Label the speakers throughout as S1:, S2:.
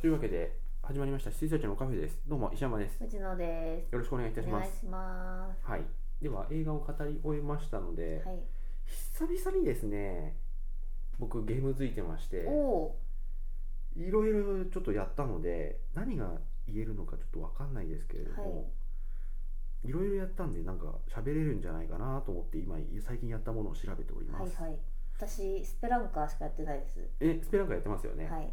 S1: というわけで始まりました水産庁のカフェですどうも石山です
S2: 藤野です。
S1: よろしくお願いいたし
S2: お
S1: ま
S2: 願い
S1: す
S2: します。
S1: はいでは映画を語り終えましたので、
S2: はい。
S1: 久々にですね僕ゲームづいてまして
S2: おお
S1: いろいろちょっとやったので何が言えるのかちょっとわかんないですけれども、いろいろやったんでなんか喋れるんじゃないかなと思って今最近やったものを調べており
S2: ー、
S1: ま
S2: はい
S1: す、
S2: はい。私スペランカーしかやってないです。
S1: えスペランカやってますよね、
S2: は
S1: は
S2: いい。
S1: い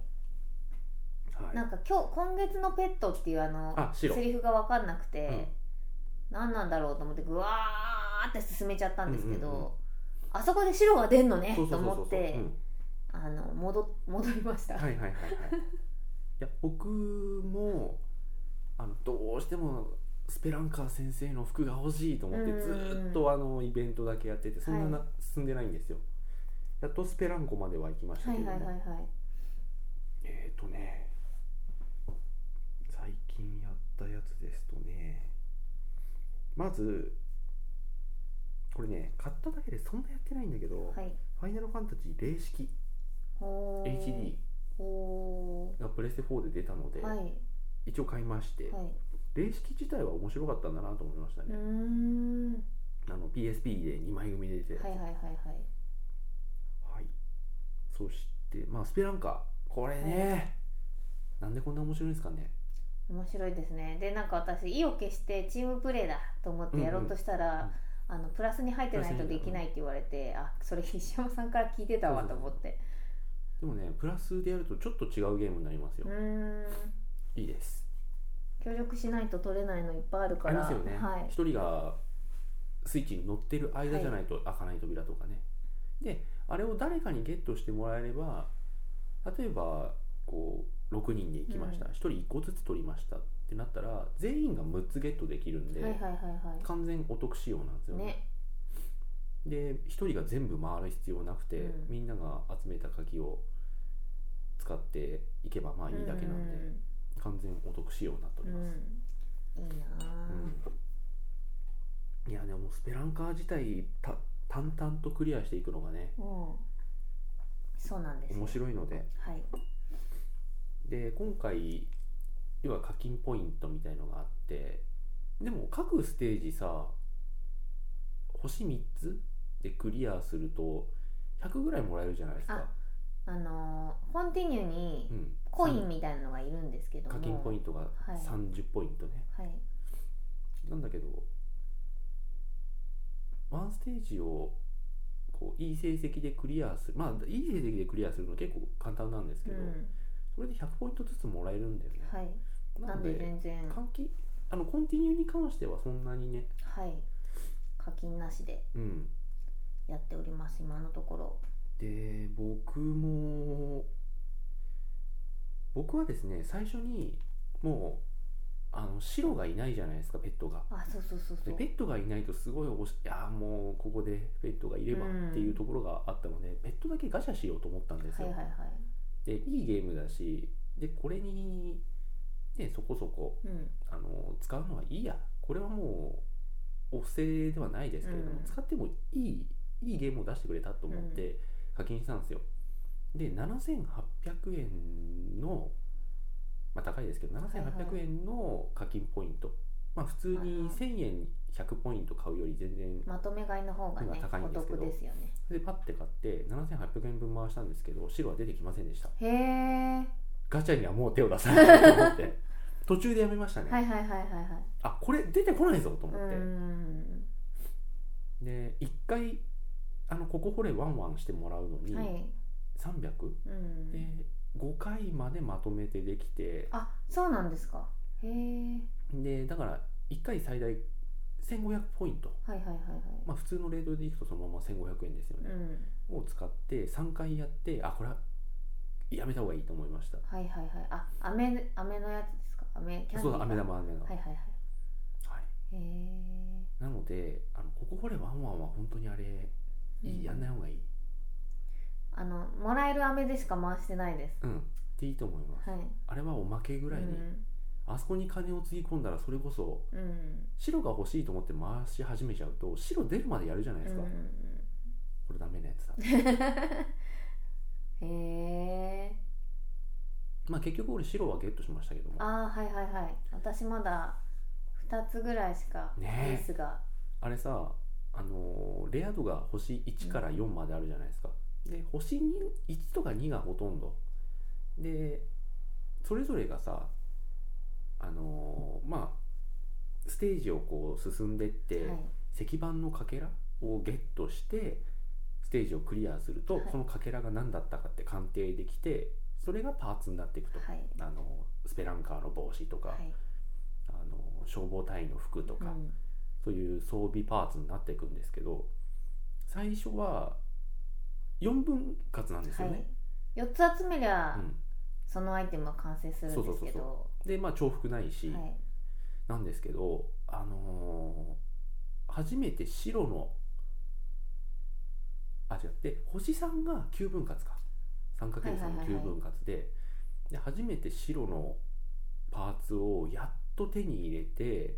S2: なんか今日今月のペットっていうあの
S1: あ
S2: セ
S1: 白
S2: リフが分かんなくて、
S1: うん
S2: 何なんだろうと思ってぐわーって進めちゃったんですけど、
S1: うんうんうん
S2: あそこで白が出んのね
S1: そう
S2: と
S1: そうそうそ
S2: 思
S1: う
S2: って
S1: うん
S2: あの戻戻りました。
S1: はいはいはいはいいや僕もあのどうしてもスペランカー先生の服が欲しいと思って
S2: うん
S1: ずーっとあのイベントだけやっててそんなな、進んでないんですよやっとスペランコまでは行きました
S2: は
S1: け
S2: い
S1: れど
S2: はい
S1: も、
S2: はいはい。
S1: えっ、ー、とね最近やったやつですとねまずこれね買っただけでそんなやってないんだけど「
S2: はい。
S1: ファイナルファンタジー零式
S2: おー
S1: HD」
S2: お
S1: がプレステ4で出たので、
S2: ーはいはい。
S1: 一応買いまして、霊式自体は面白かったんだなと思いました
S2: うー
S1: ね、
S2: ん。は
S1: あの PSP で2枚組で出て
S2: い
S1: る
S2: はいはいはい。
S1: はいそしてまあスペランカこれね、なんでこんな面白いんですかね
S2: 面白いですねでなんか私意を決してチームプレーだと思ってやろうとしたら、あのプラスに入ってないとできないって言われて、あそれ石山さんから聞いてたわと思って
S1: でもねプラスでやるとちょっと違うゲームになりますよ
S2: う、ーん
S1: いいです
S2: 協力しないと取れないのいっぱいある
S1: あ
S2: か
S1: り
S2: ら
S1: ますよね、
S2: はい
S1: 一人がスイッチに乗ってる間じゃないと開かない扉とかね、であれを誰かにゲットしてもらえれば例えばこう6人で行きました、
S2: うん
S1: 1人1個ずつ取りましたってなったら全員が6つゲットできるんで、
S2: はいはいはい
S1: 完全お得仕様なんですよ
S2: はい
S1: ね
S2: ね
S1: で1人が全部回る必要なくて、
S2: うん
S1: みんなが集めた鍵を使っていけばまあいいだけなんで、完全お得仕様になってお
S2: う
S1: り
S2: ん、
S1: ます、
S2: うんいいなあ、
S1: うんいやでもスペランカー自体た淡々とクリアしていくのがね
S2: うんそうなんです
S1: 面白いので
S2: はい
S1: で今回要は課金ポイントみたいのがあってでも各ステージさ星3つでクリアすると100ぐらいもらえるじゃないですか、
S2: あのーコンティニューに
S1: うん、
S2: コインみたいなのがいるんですけど
S1: 課
S2: も
S1: 金ポイントが
S2: はい
S1: 30ポイントね、
S2: はい
S1: なんだけどワンステージをこういい成績でクリアするまあいい成績でクリアするの結構簡単なんですけ
S2: う
S1: ど、
S2: ん
S1: それで100ポイントずつもらえるんだよね、
S2: はい
S1: な
S2: なん
S1: の
S2: で
S1: で
S2: 全然
S1: 換気あのコンティニューに関してはそんなにね
S2: はい課金なしで
S1: うん
S2: やっております今のところ
S1: で僕も僕はですね最初にもうあの白がいないじゃないですかペットが
S2: あそうそうそうそ
S1: で
S2: う
S1: ペットがいないとすごいおしいやーもうここでペットがいれば
S2: うん
S1: っていうところがあったので、ペットだけガシャしようと思ったんです
S2: はい
S1: よ、
S2: はいはい
S1: でいいゲームだしでこれに、ね、そこそこ
S2: うん
S1: あの使うのはいいやこれはもうお布施ではないですけれども、
S2: うん
S1: 使ってもいいいいゲームを出してくれたと思って課金したんですよ、で7800円のまあ高いですけど7800円の課金ポイント、まあ普通に1000円100ポイント買うより全然
S2: まとめ買いの方がね
S1: 高いん
S2: お
S1: ですけど
S2: 得ですよね
S1: でパッて買って7800円分回したんですけど白は出てきませんでした
S2: へえ
S1: ガチャにはもう手を出さないと思って 途中でやめましたね、
S2: はいはいはいはいはい
S1: あこれ出てこないぞと
S2: う
S1: 思って、
S2: ーん
S1: で1回あのここ掘れワンワンしてもらうのに、
S2: はい
S1: 300
S2: うん
S1: で5回までまとめてできて
S2: あそうなんですかへえ
S1: でだから1回最大1500ポイント、
S2: はいはいはいはい
S1: まあ、普通のレートでいくとそのまま1500円ですよ
S2: う
S1: ね、
S2: ん
S1: を使って3回やってあこれはやめた方がいいと思いました
S2: はいはいはいあ飴飴のやつですか飴キャンディーか
S1: そうだ飴玉飴玉、
S2: はいはいはい
S1: はい
S2: へえ
S1: なのであのここ掘れワンワンは本当にあれいい、やんない方がいい
S2: あのもらえる飴でしか回してないです
S1: うんっていいと思います、
S2: はい
S1: あれはおまけぐらいに、
S2: うん
S1: あそこに金をつぎ込んだらそれこそ
S2: うん
S1: 白が欲しいと思って回し始めちゃうと白出るまでやるじゃないですか、こ れダメなやつだ
S2: うん、へえ
S1: まあ結局俺白はゲットしましたけどもあ
S2: ああはいはいはい私まだ2つぐらいしかレ
S1: ねえ
S2: ースが、
S1: れさあのーレア度が星1から4まであるじゃないですか、で星1とか2がほとんどでそれぞれがさあのーまあステージをこう進んでって、
S2: はい
S1: 石板のかけらをゲットしてステージをクリアすると、
S2: はい
S1: そのかけらが何だったかって鑑定できてそれがパーツになっていくと、
S2: はい
S1: あのスペランカーの帽子とか、
S2: はい
S1: あの消防隊員の服と
S2: う
S1: か、
S2: ん
S1: そういう装備パーツになっていくんですけど最初は4分割なんです
S2: は
S1: よ
S2: い
S1: ね。、
S2: 4つ集めりゃ、
S1: うん
S2: そのアイテムは完成するんですけど
S1: でまあ重複ないし、
S2: はい
S1: なんですけど、あのー初めて白のあ違って星さんが9分割か 3×3 の
S2: はいはいはいはい
S1: 9分割で,、で初めて白のパーツをやっと手に入れて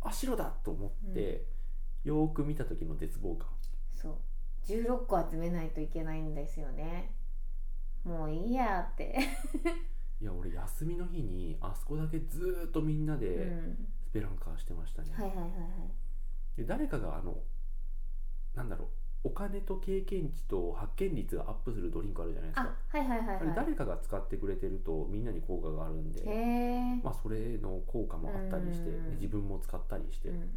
S1: あ白だと思って、よーく見た時の絶望感
S2: そう16個集めないといけないんですよねもういいやって
S1: いや俺休みの日にあそこだけずーっとみんな
S2: う
S1: で
S2: ん
S1: スペランカーしてましたね、
S2: はいはいはいはい
S1: で誰かがあのなんだろうお金と経験値と発見率がアップするドリンクあるじゃないですか
S2: あはいはいはい
S1: あ
S2: は
S1: れ
S2: い
S1: 誰かが使ってくれてるとみんなに効果があるんで、
S2: へえ、
S1: まあ、それの効果もあったりして、
S2: うん
S1: 自分も使ったりして、
S2: うん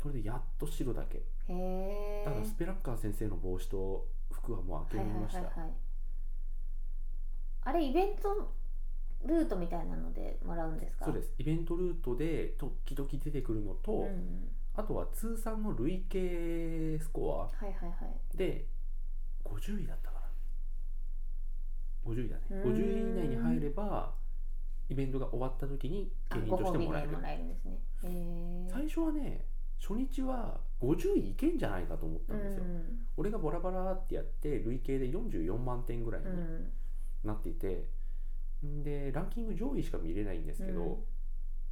S1: それでやっと白だけ
S2: へえ
S1: ただスペラッカー先生の帽子と服はもう諦めました、
S2: はいはいはいはい、あれイベントルートみたいなのでもらうんですか
S1: そうですイベントルートで時々出てくるのと、
S2: うんうん、
S1: あとは通算の累計スコ
S2: はいはいはい
S1: アで50位だったかな50位だね
S2: うーん
S1: 50位以内に入ればイベントが終わった時に
S2: あ
S1: 景品
S2: ご
S1: とし
S2: 褒
S1: て
S2: 美で
S1: も
S2: も
S1: らえる
S2: らえるんですねへえ
S1: 最初はね初日は50位いけんじゃないかと思ったんですよ、
S2: うん
S1: 俺がボラボラってやって累計で44万点ぐらいに
S2: うんうん
S1: なっていて、んでランキング上位しか見れないんですけど、
S2: うん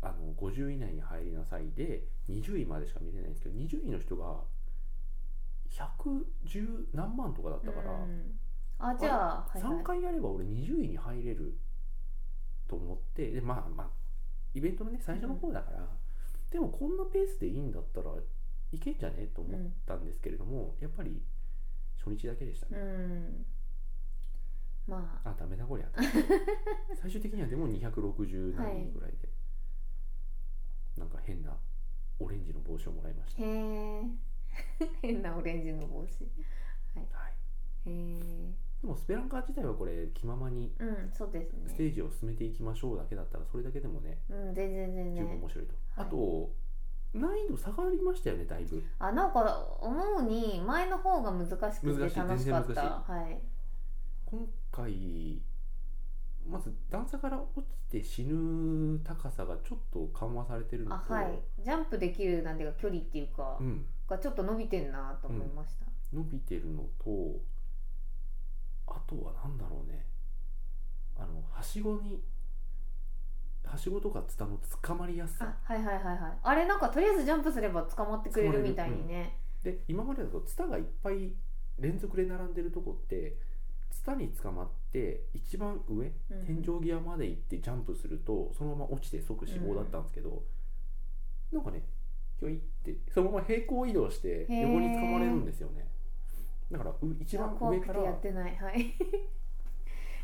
S1: あの50位以内に入りなさいで20位までしか見れないんですけど20位の人が110何万とかだったから、
S2: うんあじゃあはいはい
S1: 3回やれば俺20位に入れると思ってでまあまあイベントのね最初の方だから、でもこんなペースでいいんだったらいけんじゃねと思ったんですけれども、やっぱり初日だけでした
S2: う
S1: ね、
S2: んまあ
S1: あダメだこりゃと 最終的にはでも260何位ぐらいで、なんか変なオレンジの帽子をもらいました、
S2: へ
S1: はい、
S2: え 変なオレンジの帽子へえ
S1: でもスペランカー自体はこれ気ままに
S2: うんそうです
S1: ステ
S2: ね
S1: ージを進めていきましょうだけだったらそれだけでもね
S2: うん全然全
S1: 十分
S2: 然
S1: 面白いと、
S2: はい
S1: あと難易度下がりましたよねだいぶ
S2: あなんか思うに前の方が難しく
S1: 難
S2: て
S1: しい
S2: 楽しかっ
S1: 全
S2: た
S1: 然
S2: はい
S1: 今回まず段差から落ちて死ぬ高さがちょっと緩和されてるの
S2: あ
S1: と、
S2: はいジャンプできるなんていうか距離っていうか、
S1: うん、
S2: がちょっと伸びてんなと思いました、
S1: 伸びてるのとあとは何だろうねあのはしごにはしごとかツタの捕まりやすさ
S2: あはいはいはいはいあれなんかとりあえずジャンプすれば捕まってくれるみたいにね、
S1: で今までだとツタがいっぱい連続で並んでるとこってツタに捕まって一番上
S2: うん
S1: 天井際まで行ってジャンプするとそのまま落ちて即死亡だったんですけど、なんかねひょいってそのまま平行移動して
S2: へー
S1: 横に捕まれるんですよねだからう一番
S2: 怖
S1: 上
S2: く
S1: か
S2: て
S1: ら
S2: やってないはい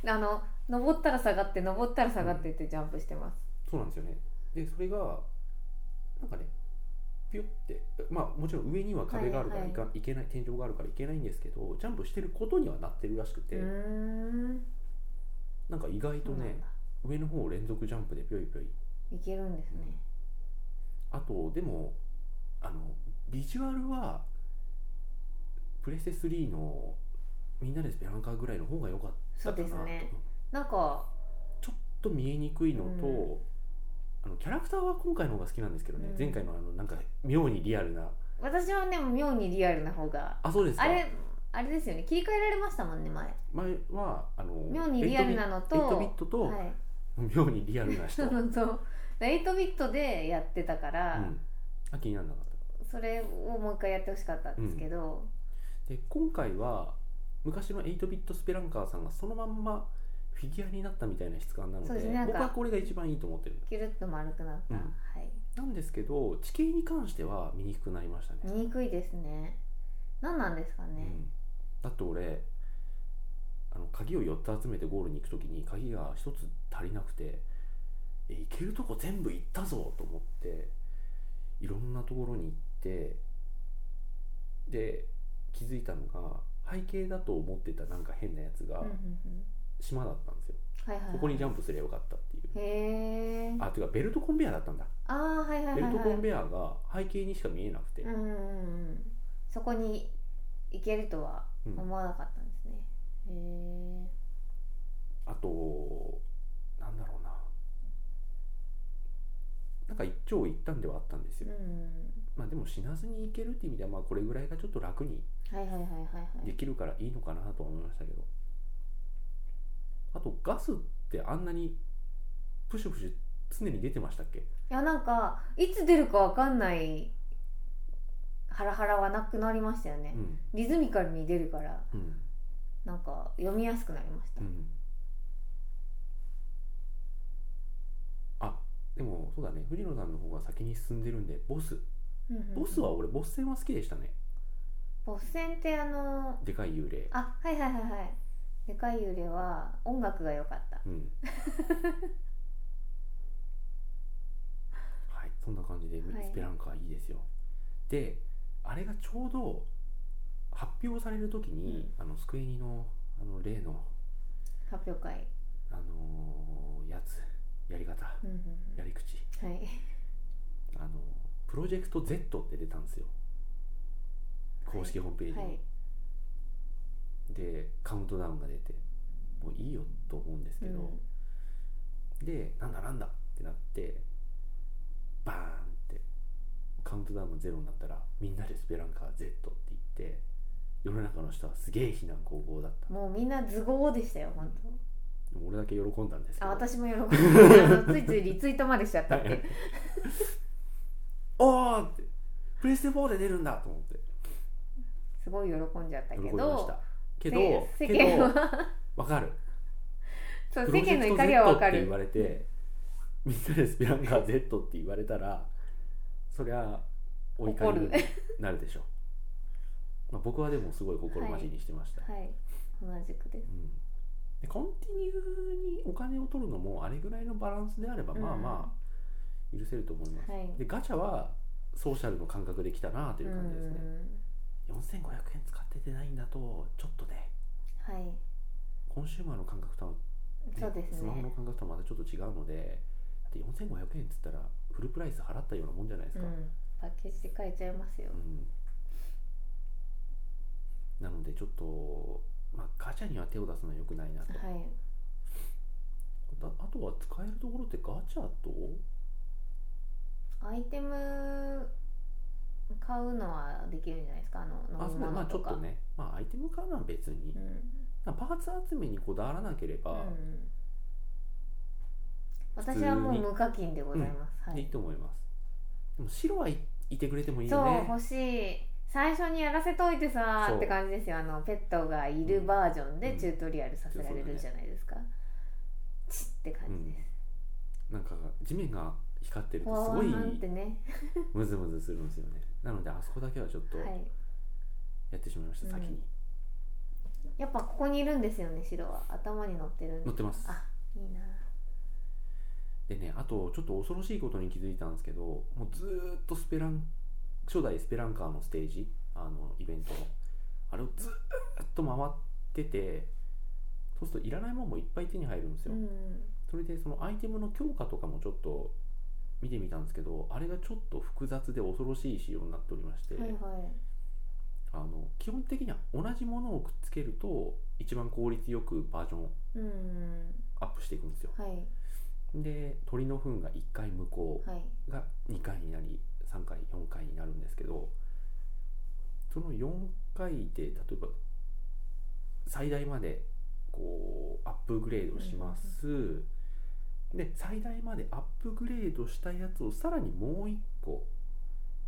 S2: あの登ったら下がって登ったら下がってってジャンプしてます、
S1: そうなんですよねでそれがなんかねピュってまあもちろん上には壁があるから
S2: はい
S1: い
S2: はい
S1: か、いけない天井があるからいけないんですけどジャンプしてることにはなってるらしくて、
S2: うーん
S1: なんか意外と
S2: そうなん
S1: ね
S2: だ
S1: 上の方を連続ジャンプでぴょいぴょい
S2: いけるんですね、
S1: あとでもあのビジュアルはプレステ3のみんなでスペランカーぐらいの方が良かったかなと
S2: そうですねなんか
S1: ちょっと見えにくいのと、
S2: う
S1: あのキャラクターは今回の方が好きなんですけどね、
S2: うん
S1: 前回のあのなんか妙にリアルな
S2: 私はね妙にリアルな方が
S1: あそうですか
S2: あれあれですよね切り替えられましたもんね前
S1: 前はあの
S2: 妙にリアルなのと
S1: 8ビットと、
S2: はい
S1: 妙にリアルな人、、
S2: そううんそう8ビットでやってたから、
S1: あ気にならなかった
S2: それをもう一回やってほしかったんですけど、
S1: で今回は昔の8ビットスペランカーさんがそのまんまフフィギュアになったみたいな質感なの
S2: そう
S1: で
S2: ですねなんか
S1: 僕はこれが一番いいと思ってる
S2: キュルッと丸くなった、
S1: うん
S2: はい
S1: なんですけど地形に関しては見にくくなりましたね、
S2: 見にくいですね何なんですか
S1: う
S2: ね、
S1: ん、だって俺あの鍵を4つ集めてゴールに行く時に鍵が1つ足りなくてえ行けるとこ全部行ったぞと思っていろんなところに行ってで気づいたのが背景だと思ってたなんか変なやつが
S2: うんうんうん
S1: 島だったんですよ、
S2: はいはいはい
S1: ここにジャンプすればよかったっていう
S2: へー
S1: あていうかベルトコンベアだったんだ
S2: あーはいはい
S1: ベル
S2: はいは
S1: ト
S2: い
S1: コンベアが背景にしか見えなくて、
S2: うんうんうんそこに行けるとは
S1: うん
S2: 思わなかったんですね、へ
S1: あとなんだろうななんか一長一短ではあったんです
S2: えう
S1: よ、
S2: ん
S1: まあでも死なずにいけるって意味ではまあこれぐらいがちょっと楽に
S2: はいはいはいはいはい
S1: できるからいいのかなとは思いましたけどあとガスってあんなにプシュプシュ常に出てましたっけ
S2: いやなんかいつ出るかわかんないハラハラはなくなりましたよね
S1: う、ん
S2: リズミカルに出るから
S1: うん
S2: なんか読みやすくなりました、
S1: うんあでもそうだね藤野さんの方が先に進んでるんでボス
S2: うんうんうん
S1: ボスは俺ボス戦は好きでしたね
S2: ボス戦ってあの
S1: でかい幽霊
S2: あはいはいはいはいでかい幽霊は音楽が良かった
S1: うん はいそんな感じで
S2: はい
S1: スペランカーいいですよ、であれがちょうど発表される時に、あのスクエニのあの例の、
S2: 発表会、
S1: あのーやつやり方
S2: うんうんうん
S1: やり口
S2: はい
S1: あのプロジェクト Z って出たんですよ公式ホームページに、
S2: はい
S1: でカウントダウンが出てもういいよと思うんですけど、でなんだなんだってなってバーンってカウントダウンがゼロになったらみんなでスペランカー Z って言って世の中の人はすげえ非難高々だった
S2: もうみんな図豪でしたよ本
S1: でも俺だけ喜んだんですけ
S2: 当
S1: ど
S2: あ私も喜んであのついついリツイートまでしちゃったって いう
S1: おーってプレステ4で出るんだと思って
S2: すごい喜んじゃった
S1: 喜
S2: け
S1: びまし
S2: ど
S1: たけど
S2: せ
S1: け
S2: 世間
S1: ど
S2: は
S1: わかる
S2: そう
S1: プ
S2: 世
S1: ロジェ
S2: 間
S1: ク
S2: の
S1: ト
S2: 怒り
S1: Z
S2: はわ
S1: っ
S2: か
S1: て言わ
S2: る
S1: れてみんなでスペランカー Z って言われたらそりゃお怒りに
S2: 怒
S1: なるでしょう、まあ、僕はでもすごい心待ちにしてました、
S2: はい同じくです
S1: うん、でコンティニューにお金を取るのもあれぐらいのバランスであれば
S2: うん
S1: まあまあ許せると思います、
S2: はい
S1: でガチャはソーシャルの感覚できたなという感じですね、4500円使っててないんだとちょっとね
S2: うんはい
S1: コンシューマーの感覚とは
S2: そうです
S1: スマホの
S2: ね
S1: 感覚とはまたちょっと違うのでだって4500円っつったらフルプライス払ったようなもんじゃないです
S2: う
S1: か、
S2: んパッケージで変えちゃいますよ
S1: うんなのでちょっと、まあ、ガチャには手を出すのは良くないなと、
S2: はい
S1: だあとは使えるところってガチャと
S2: アイテム買うのはできるんじゃないですかあの
S1: あ
S2: 飲
S1: そ
S2: み
S1: うだまあ
S2: 物
S1: ちょ
S2: と
S1: っ
S2: か
S1: とね、まあ、アイテム買うのは別に、
S2: うん
S1: まあパーツ集めにこだわらなければ、
S2: うん
S1: 普通
S2: 私
S1: に
S2: はもう無課金でございます、は
S1: でいい
S2: い
S1: と思いますでも白はい、いてくれてもいいよ
S2: そう
S1: ね
S2: 欲しい最初にやらせといてさ
S1: そう
S2: って感じですよあのペットがいるバージョン
S1: う
S2: で
S1: ん
S2: チュートリアルさせられ
S1: うん
S2: るじゃないですか、チッって感じです、
S1: なんか地面が光ってる
S2: わ
S1: と
S2: ー
S1: す
S2: わ
S1: ごい
S2: ーんってね
S1: ムズムズするんですよねなのであそこだけはちょっと
S2: は
S1: や
S2: い
S1: ってしまいました、
S2: うん
S1: 先に
S2: やっぱここにいるんですよね白は頭に乗ってるんで
S1: 乗ってます
S2: あいいな
S1: でねあとちょっと恐ろしいことに気づいたんですけどもうずーっとスペラン初代スペランカーのステージあのイベントのあれをずーっと回っててそうするといらないもんもいっぱい手に入るんですよ、
S2: うん
S1: それでそのアイテムの強化とかもちょっと見てみたんですけどあれがちょっと複雑で恐ろしい仕様になっておりまして、
S2: はいはい
S1: あの基本的には同じものをくっつけると一番効率よくバージョン
S2: うん
S1: アップしていくんですよ
S2: はい
S1: で鳥の糞が1回無効
S2: はい
S1: が2回になり3回4回になるんですけどその4回で例えば最大までこうアップグレードします、で最大までアップグレードしたやつをさらにもう1個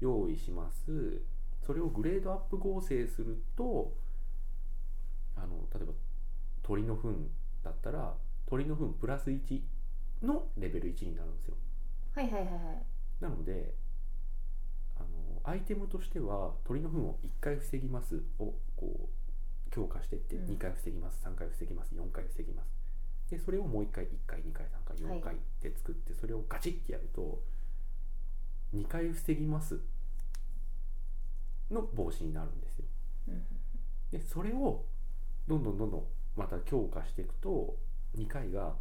S1: 用意しますそれをグレードアップ合成するとあの例えば鳥の糞だったら鳥鳥の糞プラス1のレベル1になるんですよ
S2: はいはいはいはい
S1: なのであのアイテムとしては鳥の糞を1回防ぎますをこう強化していって
S2: うん
S1: 2回防ぎます3回防ぎます4回防ぎますでそれをもう1回1回2回3回4
S2: は
S1: 回
S2: い
S1: って作ってそれをガチってやると2回防ぎますの防止になるんですよ
S2: うん
S1: でそれをどんどんどんどんまた強化していくと2回が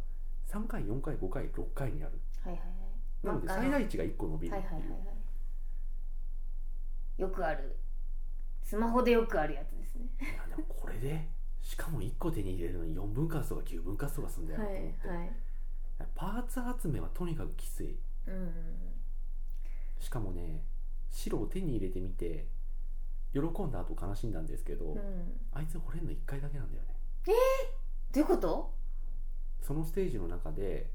S1: 3回4回5回6回になる
S2: はいはいはい
S1: なので
S2: まああ
S1: 最大値が1個伸びるっ
S2: は
S1: ていう
S2: いはいはいはいよくあるスマホでよくあるやつですね
S1: いやでもこれでしかも1個手に入れるのに4分割とか9分割とかすんだよなと思って、
S2: はいはい
S1: パーツ集めはとにかくきつい
S2: うんうん
S1: しかもね白を手に入れてみて喜んだ後悲しんだんですけど、
S2: うんうん
S1: あいつ惚れんの1回だけなんだよね
S2: どういうこと
S1: そのステージの中で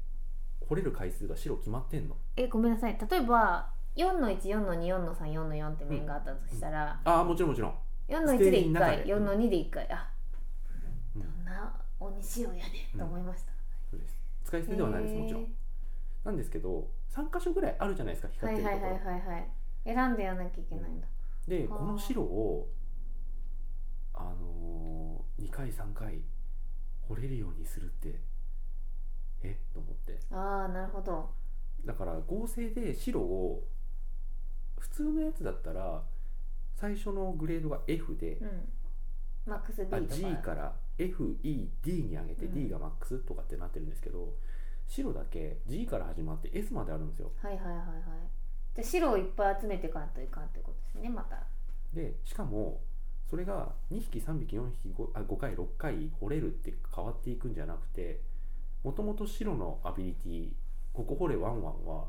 S1: 惚れる回数が白決まってんの
S2: えごめんなさい例えば4の14の24の34の4って面があったとしたら、
S1: ああもちろんもちろん
S2: 4の1で1
S1: ステー
S2: 回
S1: ジの
S2: 4
S1: 中
S2: の2で1回あ
S1: うん
S2: どんな鬼仕様やね、
S1: うん
S2: と思いました
S1: そうです使い捨てではないですもちろん
S2: へ
S1: なんですけど3箇所ぐらいあるじゃないですか
S2: ーは
S1: 光っ
S2: い
S1: てる
S2: は
S1: と
S2: い
S1: こ
S2: は
S1: ろ、
S2: いはいはい選んでやらなきゃいけないんだ、
S1: で
S2: あー
S1: この白をあのー、2回3回掘れるようにするってえと思って
S2: ああなるほど
S1: だから合成で白を普通のやつだったら最初のグレードが F で、
S2: うんマックス B と
S1: あ
S2: か
S1: G から FED に上げて
S2: うん
S1: D がマックスとかってなってるんですけど、白だけ G から始まって S まであるんですよ
S2: はいはいはいはいじゃあ白をいっぱい集めていかんといかんってことですねまた
S1: でしかもそれが2匹3匹4匹 5, あ5回6回掘れるって変わっていくんじゃなくてもともと白のアビリティここ掘れワンワンは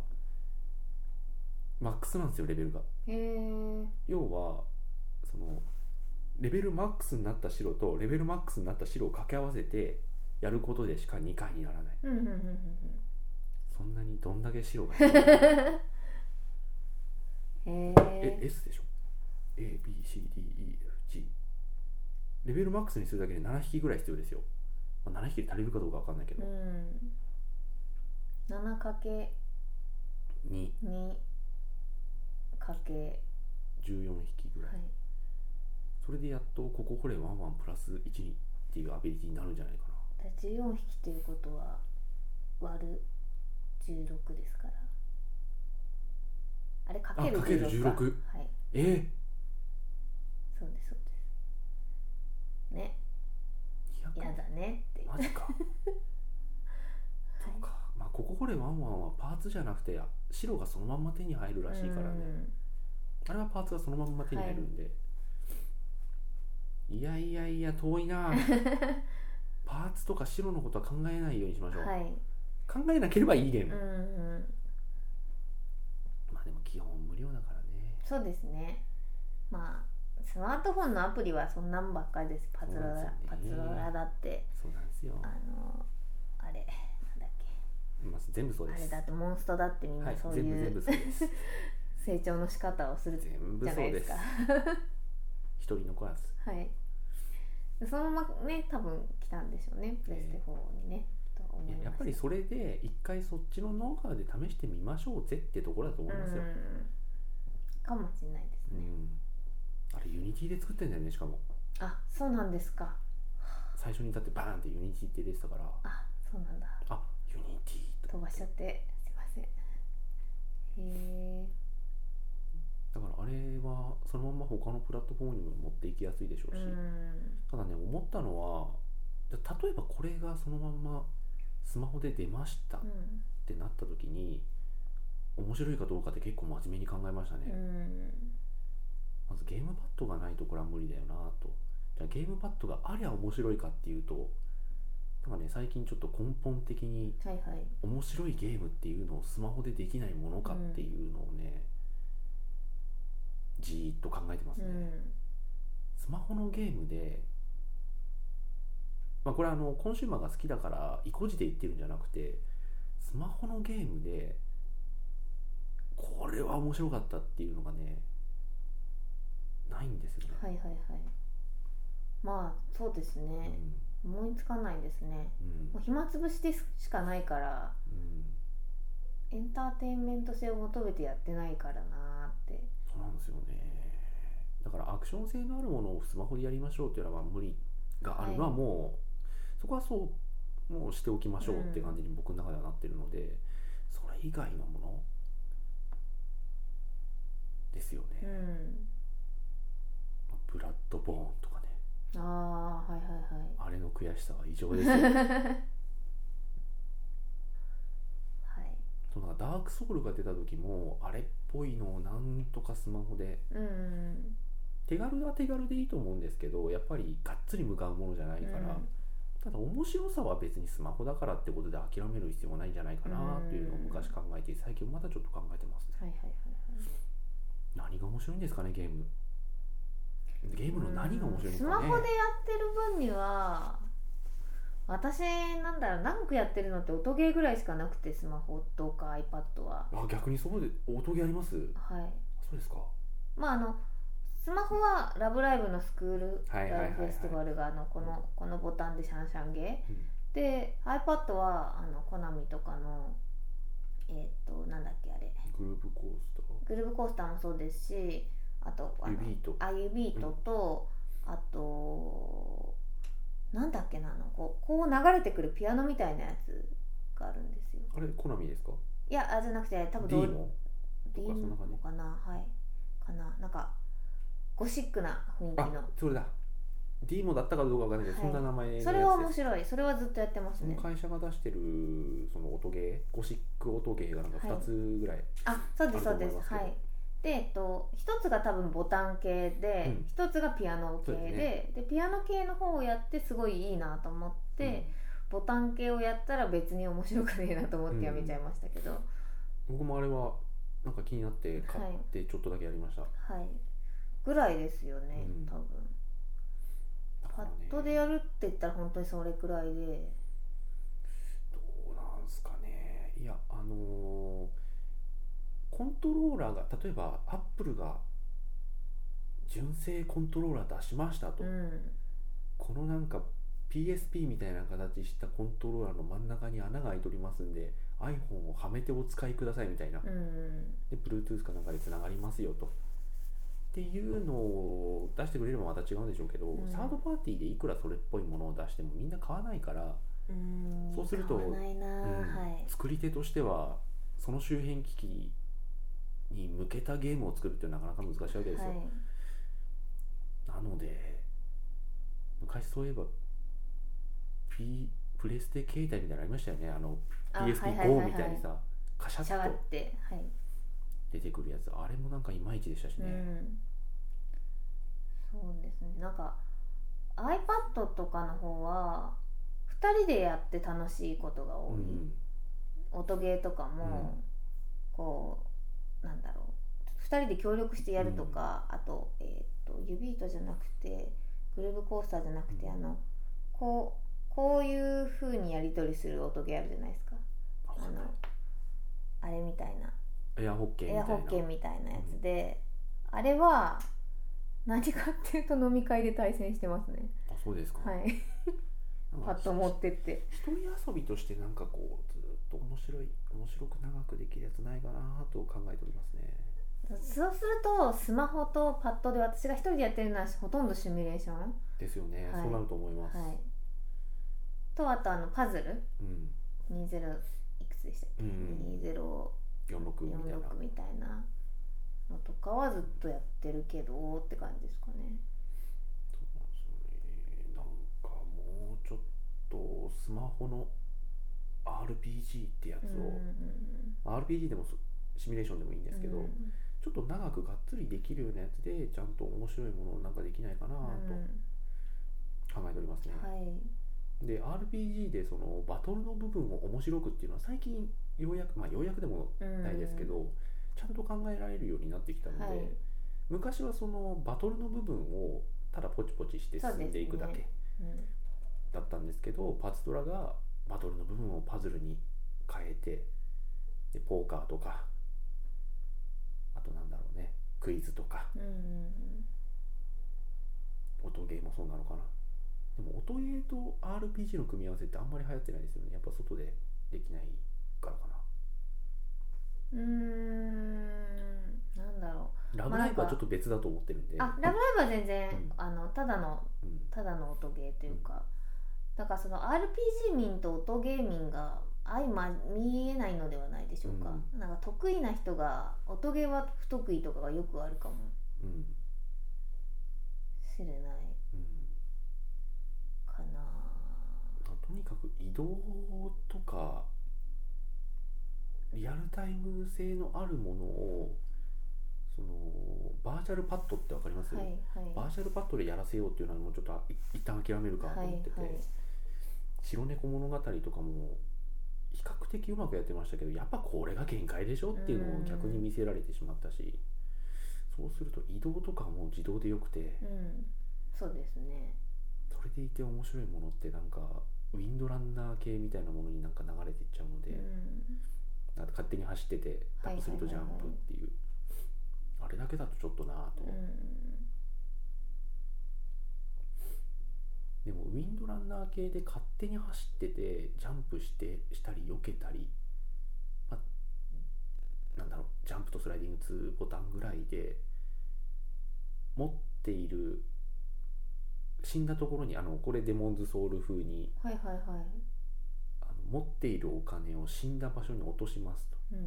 S1: マックスなんですよレベルが
S2: へえ
S1: 要はそのレベルマックスになった白とレベルマックスになった白を掛け合わせてやることでしか2回にならない
S2: うんうんうんうん
S1: そんなにどんだけ白がえ
S2: うんへえ
S1: S でしょ ABCDEFG レベルマックスにするだけで7匹ぐらい必要ですよ、まあ、7匹で足りるかどうか分かんないけど
S2: う、ん 7×2
S1: 214
S2: かけ
S1: 匹ぐらい、
S2: はい
S1: それでやっとこここれワンワンプラス1っていうアビリティになるんじゃないかな
S2: だから14匹ということは割る16ですからあれかける
S1: あかける
S2: 16か
S1: 16
S2: はい
S1: え
S2: そうですそうですね
S1: ー、
S2: やだねっていう
S1: マジ かそうかまあこここれワンワンはパーツじゃなくて白がそのまんま手に入るらしいからね、
S2: うん
S1: あれはパーツがそのまんま手に入るんで、い、やいやいや遠い なパーツとか白のことは考えないようにしましょう、
S2: はい
S1: 考えなければいいゲー
S2: うん
S1: ム、
S2: うん
S1: まあでも基本無料だからね
S2: そうですねまあスマートフォンのアプリはそんなんばっかりですパズドラ、
S1: そうですね
S2: パズドラだって
S1: そうなんですよ、
S2: あのあれなんだっけ
S1: まあ、全部そうで
S2: あれ
S1: す
S2: だってモンストだってみん
S1: は
S2: ないそう
S1: 全
S2: い
S1: 部全部
S2: う
S1: そうです
S2: 成長の仕方をする
S1: 全部
S2: じ
S1: そ
S2: ゃ
S1: う
S2: ない
S1: で
S2: です
S1: す
S2: か
S1: 一人残らず
S2: はいでそのままね多分来たんでしょうねプレステ4にね、と思
S1: い
S2: い
S1: や
S2: ます
S1: やっぱりそれで一回そっちのノウハウで試してみましょうぜってところだと思いますよ、
S2: うんかもしれないです
S1: うん
S2: ね、
S1: あれユニティで作ってんだよねしかも
S2: あそうなんですか
S1: 最初にだってバーンってユニティって出てたから
S2: あそうなんだ
S1: あユニティと
S2: 飛ばしちゃってすいませんへえ
S1: だからあれはそのまま他のプラットフォームにも持っていきやすいでしょう
S2: う
S1: し、
S2: ん
S1: ただね思ったのはじゃ例えばこれがそのまんまスマホで出ましたっ
S2: うん
S1: てなった時に面白いかどうかって結構真面目に考えましたね、
S2: うん
S1: まずゲームパッドがないとこれは無理だよなとじゃあゲームパッドがありゃ面白いかっていうとなんかね最近ちょっと根本的に
S2: はいはい
S1: 面白いゲームっていうのをスマホでできないものかっていうのをね、じーっと考えてます
S2: う
S1: ね、
S2: ん
S1: スマホのゲームで、まあ、これはあのコンシューマーが好きだから意固地で言ってるんじゃなくてスマホのゲームでこれは面白かったっていうのがねないんですよね、
S2: はいはいはいまあそうですね、
S1: うん
S2: 思いつかないですね
S1: うん
S2: もう暇つぶしですしかないから
S1: うん、
S2: エンターテインメント性を求めてやってないからなーって
S1: そうなんですよねだからアクション性のあるものをスマホでやりましょうっていうのはまあ無理があるのは
S2: はい
S1: もう、そこはそうもうしておきましょうって感じに僕の中ではなってるので、それ以外のものですよ
S2: う
S1: ね、
S2: ん
S1: まあブラッドボーンとかね
S2: ああはいはいは
S1: あ
S2: い
S1: れの悔しさは異常 ですよそう
S2: はい
S1: なんかダークソウルが出た時もあれっぽいのをなんとかスマホで
S2: うん
S1: 手軽は手軽でいいと思うんですけどやっぱりがっつり向かうものじゃないから、
S2: うん
S1: ただ面白さは別にスマホだからってことで諦める必要はないんじゃないかなっていうのを昔考えて最近まだちょっと考えてますね
S2: はいはいはいはい
S1: 何が面白いんですかねゲームゲームの何が面白いんで
S2: ス
S1: す
S2: マ
S1: かね
S2: ホでやってる分には私なんだろう長くやってるのって音ゲーぐらいしかなくてスマホとか iPad は
S1: あ逆にそうで音ゲーあります
S2: はい
S1: そうですか
S2: まああのスマホは「ラブライブ!」のスクール
S1: は
S2: ラ
S1: いはいはいはい
S2: イブフェスティバルがあのこのこのボタンでシャンシャンゲ
S1: うん
S2: ーで iPad はあのコナミとかのえーっ、となんだっけあれ
S1: グループコース
S2: グルーブコースターもそうですしあと
S1: タ
S2: あ
S1: ー
S2: の
S1: 指と
S2: あゆビートと、あとなんだっけなあのこうこう流れてくるピアノみたいなやつがあるんですよ
S1: あれコナミですか
S2: いやあじゃなくて多分
S1: D
S2: どう
S1: のとか
S2: D
S1: そんな感じ
S2: のかなはいかななんかゴシックな雰囲気
S1: あ
S2: の
S1: それだ D もだったかどうかわかんないけど、
S2: はい
S1: そんな名前のやつ
S2: それは
S1: です
S2: 面白いそれはずっとやってます
S1: その
S2: ね
S1: 会社が出してるその音ゲーゴシック音ゲーがなんか
S2: はい
S1: 2つぐらい、
S2: あそうですそうで
S1: あると思い
S2: すは
S1: ますけど
S2: いでえっと一つが多分ボタン系で
S1: うん
S2: 一、つがピアノ系
S1: そう
S2: で
S1: です
S2: でピアノ系の方をやってすごいいいなと思って、ボタン系をやったら別に面白くねえなと思ってやめちゃいましたけど、
S1: うん僕もあれはなんか気になって買
S2: はい
S1: ってちょっとだけやりました、
S2: はいぐらいですよね、
S1: うん
S2: 多分
S1: だか
S2: パ
S1: ら
S2: ッ
S1: ね
S2: ドでやるって言ったら本当にそれくらいで
S1: どうなんすかねいやあのーコントローラーが例えばアップルが純正コントローラー出しましたと、
S2: うん
S1: このなんか PSP みたいな形したコントローラーの真ん中に穴が開いておりますんで iPhone をはめてお使いくださいみたいな
S2: うん
S1: で Bluetooth かなんかでつながりますよと。っていうのを出してくれればまた違うんでしょうけど、
S2: うん
S1: サードパーティーでいくらそれっぽいものを出してもみんな買わないから、
S2: うん
S1: そうすると
S2: 買わないな、
S1: うん
S2: はい
S1: 作り手としてはその周辺機器に向けたゲームを作るっていうのはなかなか難しいわけですよ。
S2: はい
S1: なので昔そういえば、P、プレステ携帯みたいなのありましたよねあの
S2: あ
S1: PSPGO みたいにさカシャ
S2: しゃ
S1: ッ
S2: がっ
S1: と
S2: てはい、
S1: 出てくるやつあれもなんかいまいちでしたし
S2: う
S1: ね。
S2: んそうですねなんか iPad とかの方は2人でやって楽しいことが多
S1: う
S2: い、
S1: ん
S2: 音ゲーとかも、こうなんだろう2人で協力してやるとか、あと,、えー、と指糸じゃなくてグルーブコースターじゃなくて、
S1: うん
S2: あのこうこういう風にやり取りする音ゲーあるじゃないですか
S1: わ
S2: あ
S1: かんない
S2: のあれみたいな
S1: エアホッケーみたい
S2: エアホ
S1: な
S2: ッケーみたいなやつで、あれは何かっていうと飲み会で対戦してますね、
S1: あそうですか、
S2: はい
S1: なん
S2: パ
S1: か
S2: ッと持ってって
S1: 一人遊びとしてなんかこうずっと面白い面白く長くできるやつないかなと考えておりますね
S2: そうするとスマホとパッドで私が一人でやってるのはほとんどシミュレーション、は
S1: ですよね、
S2: はい
S1: そうなると思います、
S2: い、とあとあのパズル
S1: うん、
S2: 20いくつでしたっけ、
S1: うん
S2: 2046
S1: 46みたいな
S2: みたいなのとかはずっとやってるけどって感じですかね
S1: そうなんですよねなんかもうちょっとスマホの RPG ってやつ
S2: うんうん
S1: を、まあ RPG でもそシミュレーションでもいいんですけど、
S2: うんうん
S1: ちょっと長くがっつりできるようなやつでちゃんと面白いものをなんかできないかなと考えておりますね、
S2: はい
S1: で RPG でそのバトルの部分を面白くっていうのは最近ようやくまあようやくでもないですけど、ちゃんと考えられるようになってきたので、
S2: はい
S1: 昔はそのバトルの部分をただポチポチして進んでいくだ
S2: そうです
S1: け
S2: ねうん
S1: だったんですけどパズドラがバトルの部分をパズルに変えてでポーカーとかあとなんだろうねクイズとか
S2: うんうんうん
S1: 音ゲーもそうなのかなでも音ゲーと RPG の組み合わせってあんまり流行ってないですよねやっぱ外でできないからかな
S2: うーんなんだろ
S1: 「ラブ
S2: まあ
S1: ラ
S2: な
S1: イ
S2: ん
S1: ブ!」
S2: か
S1: はちょっと別だと思ってるんで
S2: うあラブライブは全然、
S1: うん
S2: あのただの
S1: うん
S2: ただの音ゲーというか、だからその RPG 民と音ゲー民が相ま見えないのではないでしょうか、なんか得意な人が音ゲーは不得意とかがよくあるかも
S1: うん
S2: しれない
S1: うん
S2: かな
S1: まあとにかく移動とかリアルタイム性のあるものをそのバーチャルパッドって分かります、
S2: はいは
S1: バーチャルパッドでやらせようっていうのはもうちょっとい一旦諦めるかと
S2: いはい
S1: 思ってて、
S2: はい
S1: 白猫物語とかも比較的うまくやってましたけどやっぱこれが限界でしょっていうのを逆に見せられてしまったし、そうすると移動とかも自動でよくて、
S2: うんそうですね
S1: それでいて面白いものってなんかウィンドランナー系みたいなものになんか流れていっちゃうので、
S2: うん
S1: なんか勝手に走っててタップするとジャンプっていう、あれだけだとちょっとなぁと、
S2: うん
S1: でもウィンドランナー系で勝手に走っててジャンプしてしたり避けたり、まあ、なんだろうジャンプとスライディング2ボタンぐらいで持っている死んだところにあのこれデモンズソウル風に
S2: はいはいはい
S1: あの持っているお金を死んだ場所に落としますと
S2: うん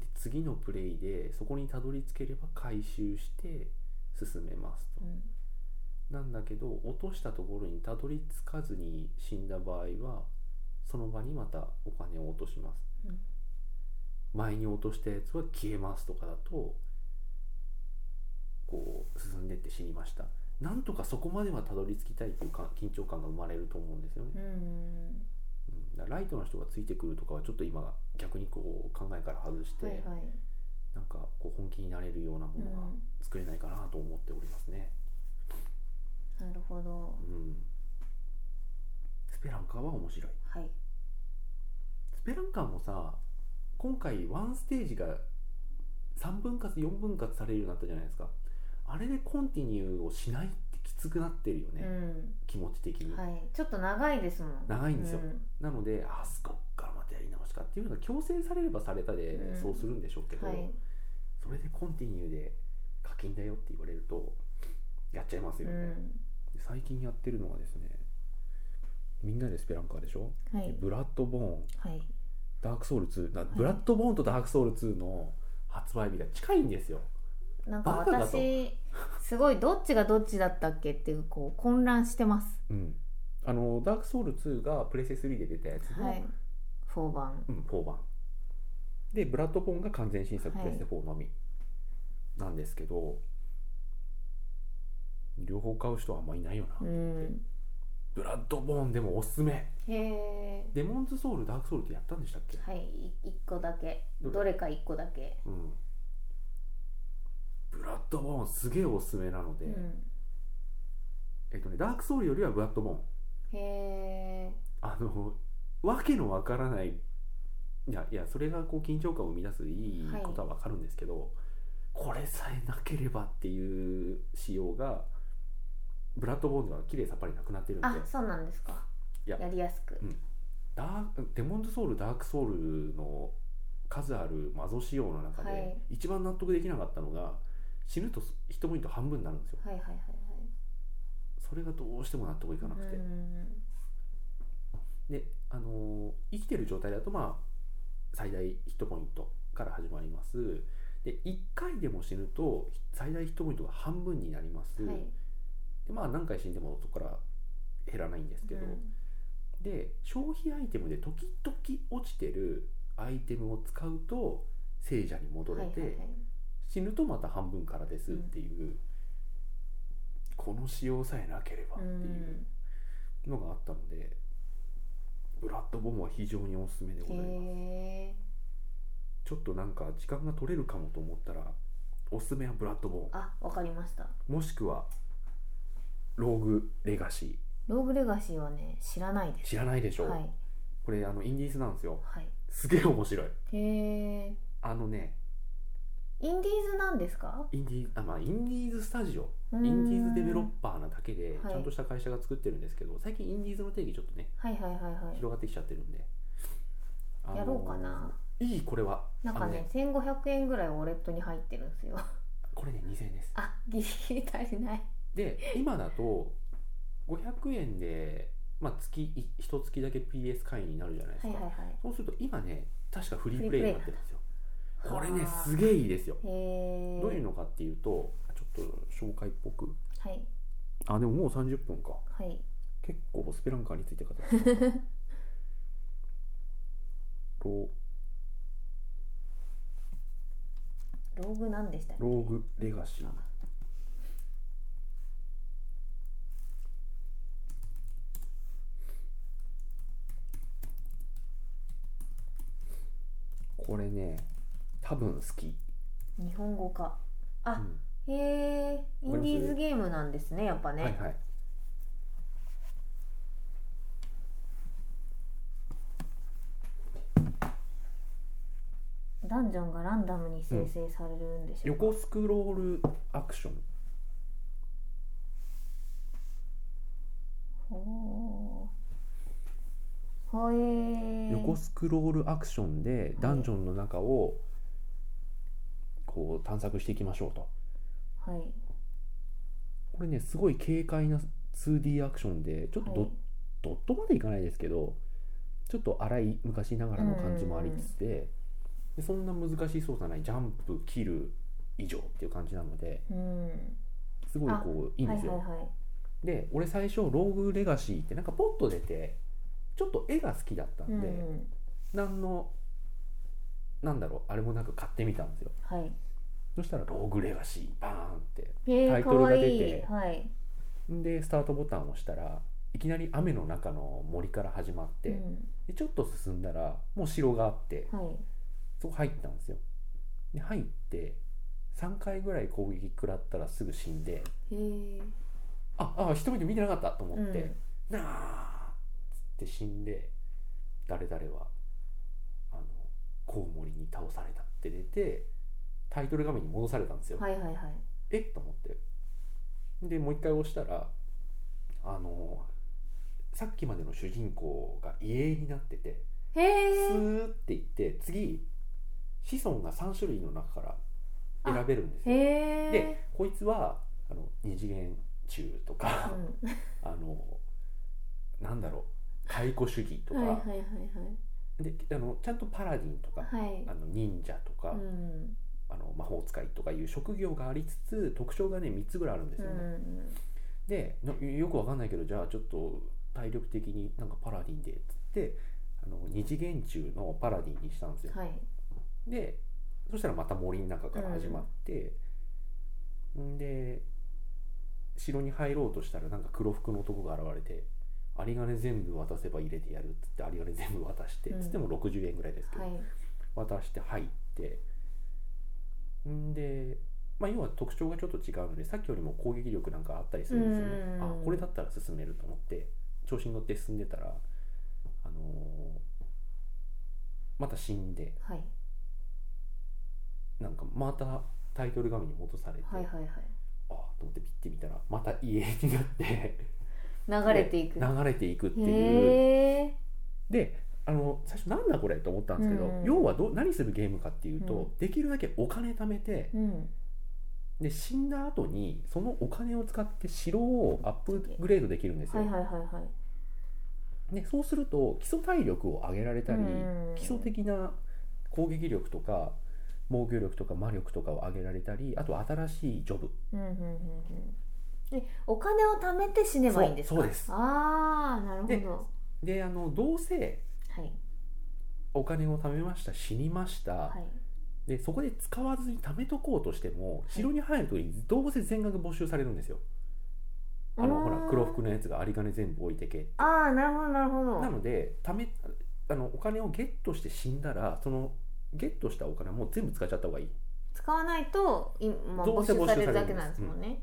S1: で次のプレイでそこにたどり着ければ回収して進めますと、
S2: うん
S1: なんだけど落としたところにたどり着かずに死んだ場合はその場にまたお金を落とします、
S2: うん
S1: 前に落としたやつは消えますとかだとこう進んでって死にましたなんとかそこまではたどり着きたいっていうか緊張感が生まれると思うんですよね、
S2: うん
S1: うんだからライトの人がついてくるとかはちょっと今逆にこう考えから外して、
S2: はいはい
S1: なんかこう本気になれるようなも
S2: う
S1: のが
S2: ん
S1: 作れないかなと思っておりますね、
S2: なるほど
S1: うん、スペランカーは面白い
S2: はい
S1: スペランカーもさ今回ワンステージが3分割4分割されるようになったじゃないですかあれでコンティニューをしないってきつくなってるよね、
S2: うん
S1: 気持ち的に、
S2: はい、ちょっと長いですもん。
S1: 長いんですよ
S2: う
S1: なのであそこからまたやり直しかっていうのが強制されればされたで
S2: うん
S1: そうするんでしょうけど、
S2: はい、
S1: それでコンティニューで課金だよって言われるとやっちゃいます
S2: う
S1: よね、で
S2: ん、
S1: 最近やってるのはですねみんなでスペランカーでしょ、
S2: はい
S1: で、ブラッドボーン
S2: はい、
S1: ダークソウル2だブラッドボーンとダークソウル2の発売日が近いんですよ、
S2: なんか
S1: バカだと
S2: 私、すごいどっちがどっちだったっけっていう、こう混乱してます。
S1: うん、あのダークソウル2がプレステ3で出たやつの、
S2: はい、フォーバン。
S1: うん、4版でブラッドボーンが完全新作
S2: はい
S1: プレステ4のみなんですけど、両方買う人はあんまいないよな、
S2: うん、
S1: ブラッドボーンでもおすすめ
S2: へえ、
S1: デモンズソウルダークソウルってやったんでしたっけ、
S2: はい、い一個だけ、
S1: どれ
S2: どれか一個だけ。
S1: うん、ブラッドボーンすげえおすすめなので、
S2: うん、
S1: えっとねダークソウルよりはブラッドボーン
S2: へえ、
S1: あのわけのわからないいやいやそれがこう緊張感を生み出すいい
S2: はい
S1: ことはわかるんですけど、これさえなければっていう仕様がブラッドボーンでは綺麗さっぱりなくなってるんで
S2: あ、そうなんですか。
S1: いや
S2: やりやすく。
S1: ダークデモンズソウルダークソウルの数あるマゾ仕様の中で、
S2: はい
S1: 一番納得できなかったのが死ぬと一ポイント半分になるんですよ
S2: はいはいはい
S1: それがどうしても納得いかなく
S2: はい。
S1: て
S2: う、ん、
S1: で、あのー生きてる状態だとまあ最大1ポイントから始まりますで1回でも死ぬと最大1ポイントが半分になります、
S2: はい。
S1: でまあ何回死んでもそこから減らないんですけど、
S2: うん
S1: で消費アイテムで時々落ちてるアイテムを使うと聖者に戻れて、
S2: はいはいはい
S1: 死ぬとまた半分からですっていう、この仕様さえなければっていうのがあったので、ブラッドボーンは非常におすすめでござ
S2: う
S1: い
S2: ん、
S1: ます、
S2: へえ。
S1: ちょっとなんか時間が取れるかもと思ったらおすすめはブラッドボー
S2: あ、わかりました。
S1: ンもしくはローグレガシ
S2: ローグレガシーはね、知らないで
S1: ー
S2: す。
S1: 知らないでしょう、
S2: はい。
S1: これあのインディーズなんですよ
S2: はい。
S1: すげえ面白い
S2: へえ。
S1: あのね
S2: インディーズなんですか
S1: インディーあ、まあ、インディーズスタジオ
S2: イ
S1: インディーズデベロッパーなだけで
S2: はい
S1: ちゃんとした会社が作ってるんですけど、最近インディーズの定義ちょっとね
S2: はいはいはいはい
S1: 広がってきちゃってるんで、あのー
S2: やろうかない
S1: いこれは
S2: なんか
S1: あの
S2: ね1500円ぐらいウォレットに入ってるんですよ
S1: これね2000円です
S2: あギリギリ足りない
S1: で今だと500円で、まあ、月い一月だけ PS 会員になるじゃないです
S2: は
S1: か、
S2: いはいはい
S1: そうすると今ね確かフリープレイになってるんですよこれね
S2: はあ
S1: すげえいいですよ
S2: へえ
S1: どういうのかっていうとちょっと紹介っぽく
S2: はい
S1: あでももう30分か
S2: はい
S1: 結構スペランカーについて語ってたロ
S2: ローグなんでしたっけ
S1: ローグレガシーこれね多分好き、
S2: 日本語か
S1: う
S2: あ、
S1: ん
S2: へえイン
S1: わかり
S2: デ
S1: ます
S2: ィーズゲームなんですねやっぱね、
S1: はいはい
S2: ダンジョンがランダムに生成されるんでしょうか、
S1: 横スクロールアクション
S2: ほーほえー、
S1: 横スクロールアクションでダンジョンの中をこう探索していきましょうと
S2: はい
S1: これねすごい軽快な 2D アクションでちょっとド,、
S2: はい
S1: ドットまでいかないですけどちょっと荒い昔ながらの感じもありつつで,、でそんな難しい操作ないジャンプ切る以上っていう感じなので
S2: うん
S1: すごいこういいんですよ、
S2: はいはいはい
S1: で俺最初「ローグレガシー」ってなんかポッと出てちょっと絵が好きだった
S2: うん
S1: で、
S2: ん
S1: なんのなんだろうあれもなく買ってみたんですよ
S2: はい
S1: そしたら「ローグレガシー」バーンって
S2: へえ
S1: タイ
S2: か
S1: トル
S2: わ
S1: が出
S2: いい
S1: て
S2: はい
S1: でスタートボタンを押したらいきなり雨の中の森から始まって、
S2: うん
S1: でちょっと進んだらもう城があって
S2: はい
S1: そこ入ったんですよで入って3回ぐらい攻撃食らったらすぐ死んで
S2: へえ
S1: ああ一人で見てなかったと思
S2: う
S1: って
S2: ん、
S1: なあっつって死んで誰々はあのコウモリに倒されたって出てタイトル画面に戻されたんですよ、
S2: はいはいはい
S1: えっと思ってでもう一回押したらあのさっきまでの主人公が遺影になってて
S2: へ
S1: ス
S2: え
S1: ーっていって次子孫が3種類の中から選べるんですよ
S2: へえ
S1: でこいつはあの二次元中とか、
S2: うん
S1: あのなんだろう解雇主義とか、
S2: はいはいはい
S1: であのちゃんとパラディンとか、
S2: はいはい
S1: あの忍者とか、
S2: うん
S1: あの魔法使いとかいう職業がありつつ特徴がね3つぐらいあるんです
S2: う
S1: よね。
S2: ん
S1: でなよくわかんないけどじゃあちょっと体力的になんかパラディンでっつってあの二次元中のパラディンにしたんですよ。
S2: はい
S1: でそしたらまた森の中から始まって、ん、で城に入ろうとしたらなんか黒服の男が現れて「有り金全部渡せば入れてやる」っつって有り金全部渡して、
S2: うん
S1: つっても60円ぐらいですけど、
S2: はい
S1: 渡して入ってんで、まあ、要は特徴がちょっと違うのでさっきよりも攻撃力なんかあったりするんですよね
S2: う
S1: あ
S2: ん
S1: これだったら進めると思って調子に乗って進んでたら、あのーまた死んで
S2: はい
S1: なんかまたタイトル画面に戻されて、
S2: はいはい
S1: あと思ってピッて見たらまた家にな って
S2: はい流れていく
S1: で流れていくっていう。
S2: へえ
S1: であの最初なんだこれと思ったんですけど、
S2: うん
S1: 要はどう何するゲームかっていうと、
S2: うん
S1: できるだけお金貯めて、
S2: うん
S1: で死んだ後にそのお金を使って城をアップグレードできるんですよ、
S2: はいはいはいはい
S1: でそうすると基礎体力を上げられたり、
S2: うん
S1: 基礎的な攻撃力とか防御力とか魔力とかを上げられたりあと新しいジョブ
S2: うんうんうんうんでお金を貯めて死ねばいいんですか
S1: そうそうです
S2: ああなるほど
S1: であのどうせ
S2: はい
S1: お金を貯めました死にました、
S2: はい
S1: でそこで使わずに貯めとこうとしても城に入るときにどうせ全額没収されるんですよ、あのほら黒服のやつが有り金全部置いてけって
S2: ああなるほどなるほど
S1: なのでためあのお金をゲットして死んだらそのゲットしたお金はもう全部使っちゃった方がいい
S2: 使わないと今
S1: どう
S2: 募
S1: せ
S2: 集
S1: 募集
S2: され
S1: されるんです
S2: るだけなんですもんね、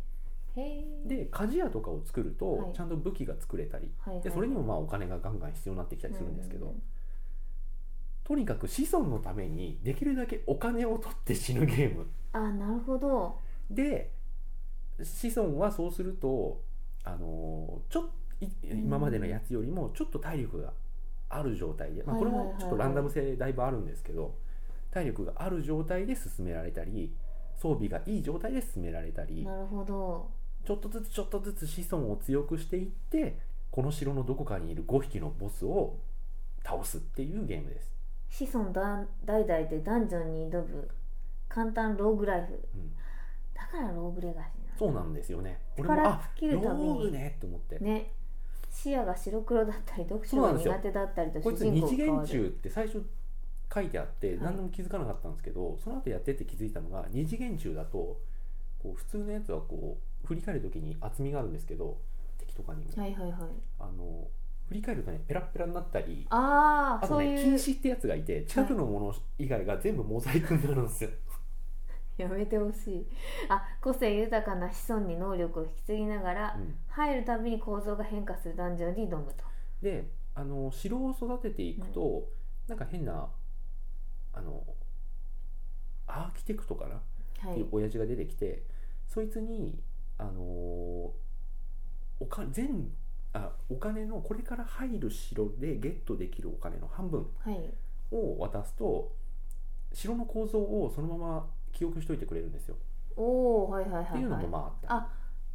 S2: へえ
S1: で鍛冶屋とかを作ると、
S2: はい
S1: ちゃんと武器が作れたり
S2: はいはい
S1: でそれにもまあお金がガンガン必要になってきたりするんですけど、
S2: う
S1: とにかく子孫のためにできるだけお金を取って死ぬゲーム
S2: あなるほど
S1: で子孫はそうするとあのちょっい今までのやつよりもちょっと体力がある状態で、まあ、
S2: はい
S1: こ
S2: は
S1: れ
S2: いはい
S1: もちょっとランダム性だいぶあるんですけど体力がある状態で進められたり装備がいい状態で進められたり
S2: なるほど
S1: ちょっとずつちょっとずつ子孫を強くしていってこの城のどこかにいる5匹のボスを倒すっていうゲームです。
S2: 子孫だ代々でダンジョンに挑む簡単ローグライフ
S1: うん、
S2: だからローグレガシーなんだ
S1: そうなんですよね。俺も
S2: 力
S1: あ
S2: 尽きるた
S1: ロ
S2: め
S1: ーグ
S2: に
S1: ねと思って。
S2: ね視野が白黒だったり読
S1: そう
S2: 書
S1: な
S2: が
S1: んですよ
S2: 苦手だったりと
S1: こい
S2: 主
S1: つ
S2: 人
S1: 二
S2: 公
S1: 次
S2: 変わ
S1: 元
S2: る
S1: 中って最初書いてあって
S2: い
S1: 何でも気づかなかったんですけど、その後やってって気づいたのが二次元中だとこう普通のやつはこう振り返る時に厚みがあるんですけど敵とかにも、
S2: はいはいはい
S1: あの振り返るとねペラッペラになったり
S2: ああ
S1: あと
S2: そう
S1: ね
S2: い
S1: 禁
S2: う
S1: 止ってやつがいて近くのもの以外が全部モザイクになるんですよ。
S2: やめてほしいあ個性豊かな子孫に能力を引き継ぎながら、
S1: うん
S2: 入るたびに構造が変化するダンジョンに挑むと
S1: であの城を育てていくと、なんか変なあのアーキテクトかな
S2: は
S1: って
S2: い
S1: いう親父が出てきて、そいつにあのーおか全あお金のこれから入る城でゲットできるお金の半分
S2: はい
S1: を渡すと城の構造をそのまま記憶しといてくれるんですよ。
S2: おおはいはいはい、はい、
S1: っていうのもまああった。
S2: あ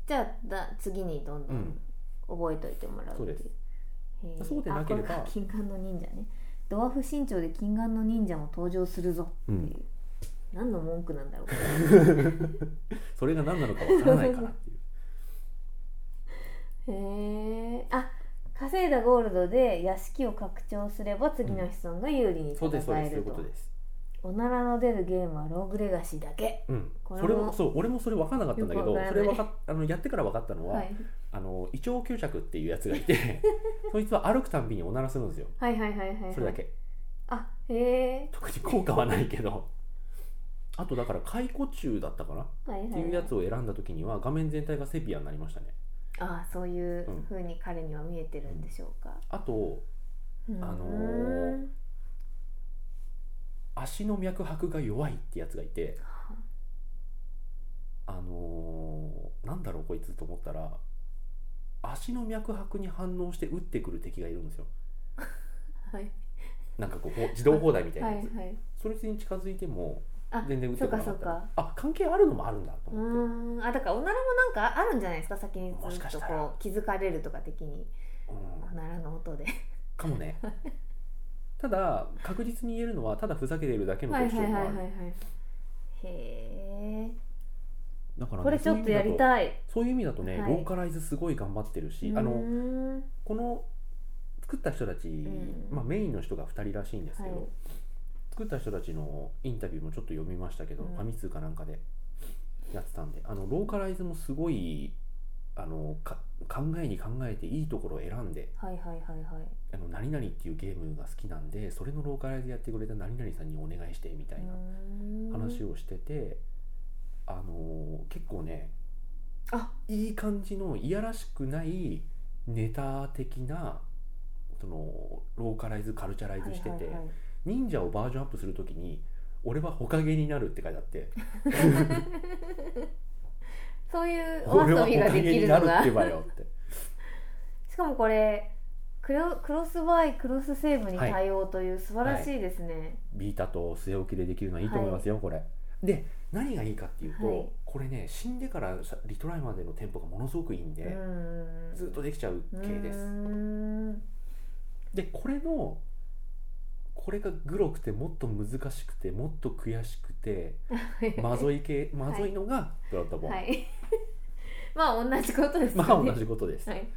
S2: じゃあだ次にどんど
S1: うんん
S2: 覚えといてもらうっていう,へ
S1: そうそ
S2: ー、
S1: うでなければ
S2: あこが金眼の忍者ねドワーフ身長で金眼の忍者も登場するぞ
S1: う
S2: ってい
S1: ん
S2: う、何の文句なんだろうこれ
S1: それが何なのかわからないからっていう。
S2: へえあ稼いだゴールドで屋敷を拡張すれば次の子孫が有利に
S1: そ
S2: 戦
S1: うですそうで
S2: え
S1: すそうい
S2: る
S1: うこととです。
S2: おならの出るゲームはローグレガシーだけ
S1: うん、
S2: これ
S1: それ
S2: も
S1: もそう俺もそれ分からなかったんだけ
S2: よ
S1: ど
S2: くわからな
S1: そ
S2: い
S1: れ分かっあのやってから分かったのは、
S2: はい
S1: あの胃腸吸着っていうやつがい てそいつは歩くたんびにおならするんですよ
S2: はいはいはいはいはい
S1: それだけ
S2: あへえ
S1: 特に効果はないけどあとだから解雇中だったかなっ
S2: はいはい
S1: て
S2: はい
S1: いうやつを選んだ時には画面全体がセピアになりましたね
S2: あそういうふうに彼には見えてるんでしょうか、
S1: あと
S2: うん
S1: あのー足の脈拍が弱いってやつがいてあのーなんだろうこいつと思ったら足の脈拍に反応して撃ってくる敵がいるんですよ
S2: はい
S1: なんかこう自動放題みたいな
S2: はい
S1: やつ、
S2: はい
S1: それに近づいても
S2: あ
S1: 全然打ってこなかった
S2: そうか
S1: あ関係あるのもあるんだと
S2: う
S1: 思って、
S2: ーんあだからおならもなんかあるんじゃないですか先に
S1: も
S2: ず
S1: しか
S2: っ
S1: し
S2: と
S1: たら
S2: こう気づかれるとか的に
S1: うん
S2: おならの音で
S1: かも ねただ確実に言えるのはただふざけてるだけの特徴もある
S2: へえ
S1: だからね
S2: これちょっとやりたい
S1: そういう意味だとそういう意味だ
S2: はい
S1: とね、ローカライズすごい頑張ってるしあ
S2: うー
S1: の
S2: ん
S1: この作った人たち、
S2: ん
S1: まあ、メインの人が2人らしいんですけど、
S2: はい
S1: 作った人たちのインタビューもちょっと読みましたけど、
S2: うん
S1: ファミ通かなんかでやってたんであのローカライズもすごいあのか考えに考えていいところを選んで
S2: はいはいはいはい
S1: あの何々っていうゲームが好きなんでそれのローカライズやってくれた何々さんにお願いしてみたいな話
S2: を
S1: をしてて、あのー結構ね
S2: あ
S1: いい感じのいやらしくないネタ的なそのローカライズカルチャライズしてて、
S2: はいはいはい
S1: 忍者をバージョンアップする時に「俺はほかげになる」って書いてあっ て
S2: そうい
S1: 「
S2: うお
S1: 俺は
S2: 遊び
S1: ほ
S2: が
S1: か
S2: で
S1: げ
S2: き
S1: に
S2: る
S1: な
S2: の
S1: るっ
S2: が
S1: てばよ」って
S2: しかもこれクロクロスバイクロスセーブに対応という素晴らしいですね、
S1: ビータと据え置きでできるのはいいと思いますよ、これ。で何がいいかっていうと、
S2: はい
S1: これね死んでからリトライまでのテンポがものすごくいいんで、
S2: うーん
S1: ずっとできちゃう系です。
S2: うーん
S1: でこれのこれがグロくてもっと難しくてもっと悔しくてまぞい系まぞいのがプラットフォーム、
S2: はい。 まあ同じことですよね。
S1: まあ同じことです、
S2: はい。へ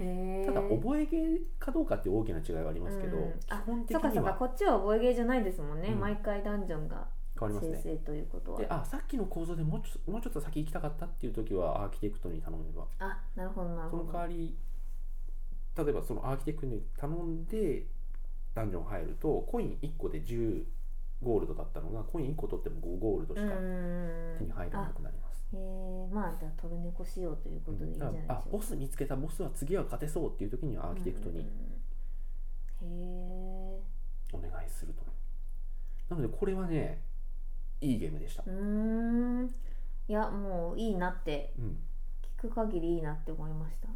S2: え。
S1: ただ覚え芸かどうかっていう大きな違いはありますけど、
S2: うんあ
S1: 基本的
S2: そうか
S1: に
S2: そうか
S1: は
S2: こっちは覚えゲーじゃないですもんね。
S1: うん
S2: 毎回ダンジョンが
S1: 変わります
S2: 生
S1: ね
S2: 成ということは
S1: で。あさっきの構造でもうちょもうちょっと先行きたかったっていう時はアーキテクトに頼めば
S2: あ、なるほどなる
S1: その
S2: ほ
S1: 代わ
S2: ど。
S1: り例えばそのアーキテクトに頼んでダンジョン入るとコイン1個で10ゴールドだったのがコイン1個取っても5ゴールドし
S2: う
S1: か
S2: ん
S1: 手に入らな
S2: あ
S1: くなります、
S2: へえ。まあじゃあトルネコ仕様ということでいいんじゃないでしょう
S1: あ
S2: か。
S1: ボス見つけたボスは次は勝てそうっていう時にはアーキテクトに
S2: うん。へえ。
S1: お願いすると、なのでこれはねいいゲームでした
S2: う、ーんいやもういいなって
S1: うん、
S2: 聞く限りいいなって思いました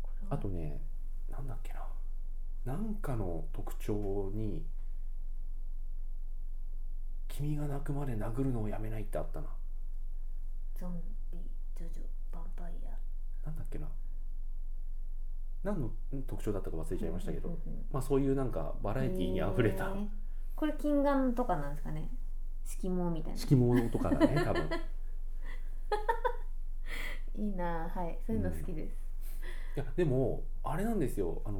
S2: これは
S1: あとねなんだっけななんかの特徴に「君が泣くまで殴るのをやめない」ってあったな
S2: ゾンビジョジョヴァンパイア
S1: なんだっけな何のん特徴だったか忘れちゃいましたけど、
S2: うんうんうん
S1: まあ、そういうなんかバラエティーにあふれた
S2: へーこれ金眼とかなんですかね色盲みたいな
S1: 敷物とかだね多分い
S2: いいなあはいそういうの好きです、
S1: やでもあれなんですよ、あの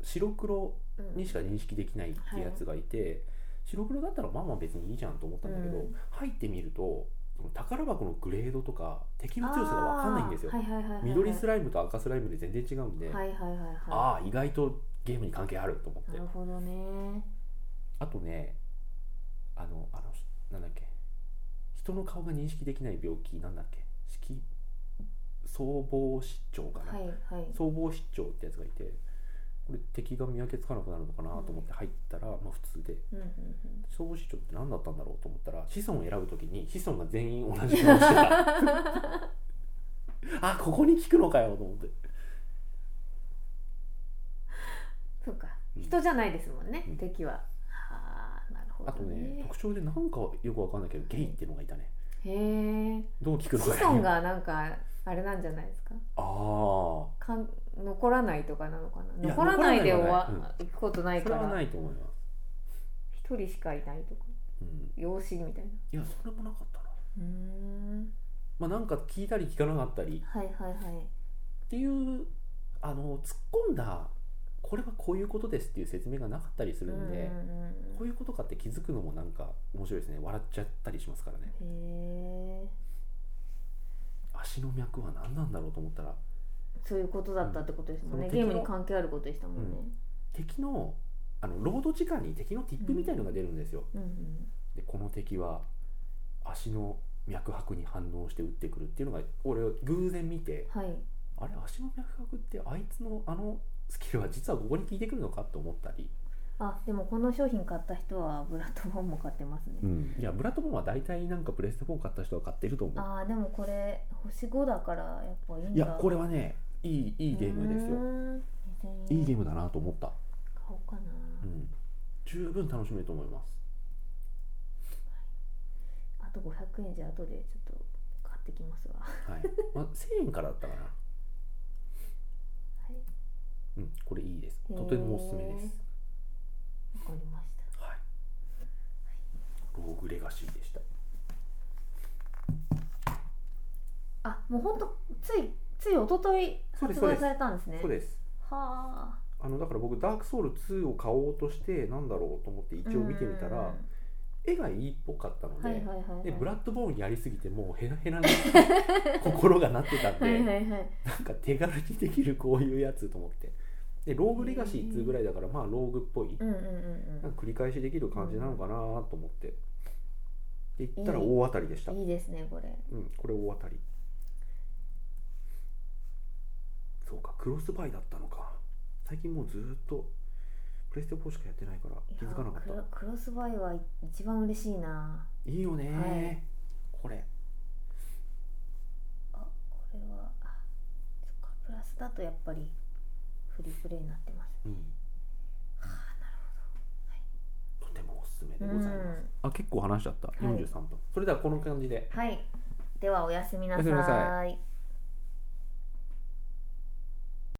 S1: ー白黒
S2: うん
S1: にしか認識できないってやつがいて、白黒だったらまあまあ別にいいじゃんと思ったんだけど、
S2: うん
S1: 入ってみるとその宝箱のグレードとか敵の強さが分かんないんですよ、
S2: あーはいはいはいはいはい、
S1: 緑スライムと赤スライムで全然違うんで、
S2: はいはいはいはい
S1: ああ意外とゲームに関係あると思って、
S2: なるほどね
S1: あとねあのあのなんだっけ人の顔が認識できない病気なんだっけ色総合失調かな、
S2: はいはい
S1: 総合失調ってやつがいてこれ敵が見分けつかなくなるのかなと思って入ったら、まあ普通で
S2: うんうんうん
S1: 総合失調って何だったんだろうと思ったら子孫を選ぶときに子孫が全員同じ顔 してたあここに効くのかよと思って
S2: そうか
S1: うん
S2: 人じゃないですもんね、
S1: うん
S2: 敵ははあなるほ
S1: あと
S2: ど
S1: ね
S2: ね
S1: 特徴でなんかよくわかんないけどゲイっていうのがいたね
S2: へえ
S1: どう効くのか
S2: 子孫がなんかあれなんじゃないですか
S1: ああ
S2: かん残らないとかなのか
S1: い
S2: な
S1: や
S2: 残らないで
S1: 残
S2: 終
S1: らない
S2: わ
S1: はない
S2: 行くことない
S1: そ
S2: か
S1: れは
S2: ら
S1: ないと思います、
S2: 一人しかいないとか
S1: うん、
S2: 養子みたいない
S1: やそれもなかったな
S2: うーん
S1: まあなんか聞いたり聞かなかったり
S2: はいはいはい
S1: っていうあの突っ込んだこれはこういうことですっていう説明がなかったりするんで、
S2: うんうんうん
S1: こういうことかって気づくのもなんか面白いですね笑っちゃったりしますからね
S2: へえ
S1: 足の脈は何なんだろうと思ったら
S2: そういうことだったってことですもんね、
S1: うんそ
S2: ゲ
S1: の敵
S2: ー
S1: の
S2: ムに関係あることでしたもんね、
S1: 敵のあのロード時間に敵のティップみたいのが出るんですよ、
S2: うんうん
S1: でこの敵は足の脈拍に反応して撃ってくるっていうのが俺偶然見て
S2: はい
S1: あれ足の脈拍ってあいつのあのスキルは実はここに効いてくるのかと思ったり、
S2: あでもこの商品買った人はブラッドボーンも買ってますね、
S1: いやブラッドボーンは大体なんかプレステ4買った人は買ってると思う
S2: あーでもこれ星5だからやっぱいいん
S1: い
S2: だ
S1: やこれはねいいいいゲームですよいいゲー
S2: ム
S1: ムだなと思った、
S2: 買おうかな、
S1: うん、十分楽しめると思います
S2: あと500円じゃ後でちょっと買ってきますわは
S1: はい、まあ、1000円からだったかな、
S2: い
S1: うん、これいいです
S2: へー
S1: とてもおすすめです、
S2: わかりました
S1: はい、ローグレガシーでした
S2: あもうほんとついつい一昨日
S1: そうです
S2: 発
S1: そうで
S2: 売
S1: す
S2: されたんですね
S1: そうです
S2: はあ
S1: あのだから僕ダークソウル2を買おうとしてなんだろうと思って一応見てみた
S2: うん
S1: ら絵がいいっぽかったので、
S2: はいはいはい、はい、
S1: でブラッドボーンやりすぎてもうヘラヘラ に心がなってたんで、
S2: はいはいはい
S1: なんか手軽にできるこういうやつと思ってでローグレガシー2ぐらいだからまあローグっぽい
S2: うんうんうん
S1: なんか繰り返しできる感じなのかなと思ってで行ったら
S2: いい
S1: 大当たりでした
S2: うんいいですねこれ
S1: うんこれ大当たりそうかクロスバイだったのか最近もうずーっとプレステ4しかやってないから気づかなかっ
S2: いや
S1: た
S2: クロクロスバイは一番嬉しいない
S1: いよねー、
S2: はい
S1: これ
S2: あこれはあそっかプラスだとやっぱりフリープレイになってます
S1: うん
S2: はあなる
S1: とてもおすすめで
S2: ほど
S1: ございます、
S2: うん
S1: あ結構話しちゃった
S2: い
S1: 43分、それではこの感じで
S2: はいではおやすみなさ
S1: おやすみなさ
S2: ーい